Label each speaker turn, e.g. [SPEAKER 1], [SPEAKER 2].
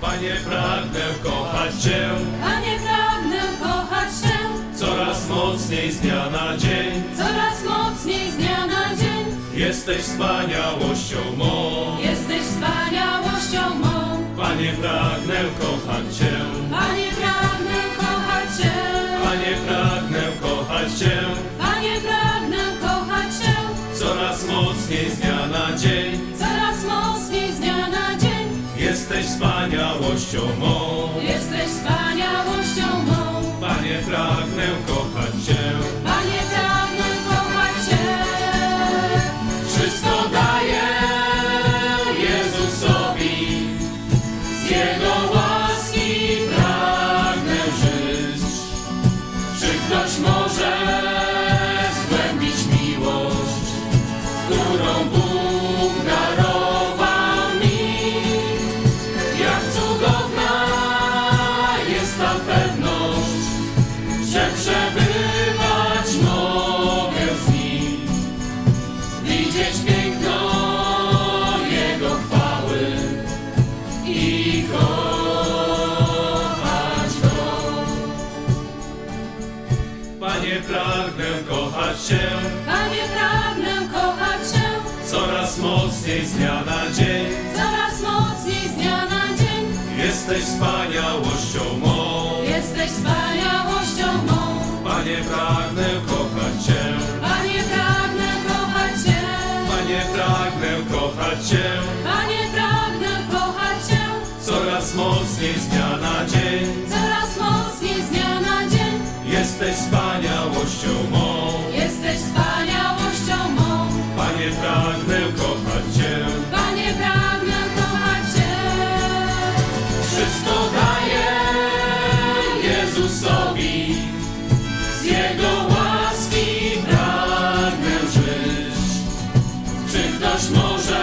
[SPEAKER 1] Panie, pragnę kochać Cię
[SPEAKER 2] Panie, pragnę tak kochać Cię
[SPEAKER 1] coraz mocniej z dnia na dzień.
[SPEAKER 2] coraz mocniej z dnia na dzień.
[SPEAKER 1] Jesteś wspaniałością mą.
[SPEAKER 2] Jesteś wspaniałością mą.
[SPEAKER 1] Panie, pragnę kochać Cię.
[SPEAKER 2] Panie, pragnę tak kochać Cię.
[SPEAKER 1] Panie, pragnę kochać Cię
[SPEAKER 2] Panie, pragnę tak kochać Cię
[SPEAKER 1] coraz mocniej z dnia na dzień.
[SPEAKER 2] coraz mocniej z dnia na dzień.
[SPEAKER 1] Jesteś wspaniałością mą.
[SPEAKER 2] Jesteś wspaniałością mą.
[SPEAKER 1] Panie, pragnę kochać Cię.
[SPEAKER 2] Panie, pragnę tak kochać Cię.
[SPEAKER 1] Wszystko daję Jezusowi. Z Jego łaski pragnę żyć. Czy ktoś może zgłębić miłość, którą Bóg darował mi? Jak cudowna jest ta pewność, że przebywać mogę z Nim widzieć piękno Jego chwały i kochać Go. Panie, pragnę kochać Cię
[SPEAKER 2] Panie, pragnę tak kochać Cię
[SPEAKER 1] coraz mocniej z dnia na dzień.
[SPEAKER 2] coraz mocniej z dnia na dzień.
[SPEAKER 1] Jesteś wspaniałością mą.
[SPEAKER 2] Jesteś wspaniałością mą.
[SPEAKER 1] Panie, pragnę kochać Cię.
[SPEAKER 2] Panie, pragnę kochać Cię.
[SPEAKER 1] Panie, pragnę kochać Cię
[SPEAKER 2] Panie, pragnę kochać Cię
[SPEAKER 1] coraz mocniej z dnia na dzień.
[SPEAKER 2] coraz mocniej z dnia na dzień.
[SPEAKER 1] Jesteś wspaniałością mą.
[SPEAKER 2] Jesteś wspaniałością mą.
[SPEAKER 1] Panie, pragnę kochać Cię.
[SPEAKER 2] Panie, pragnę kochać Cię.
[SPEAKER 1] Wszystko daję Jezusowi, z Jego łaski pragnę żyć. Czy ktoś może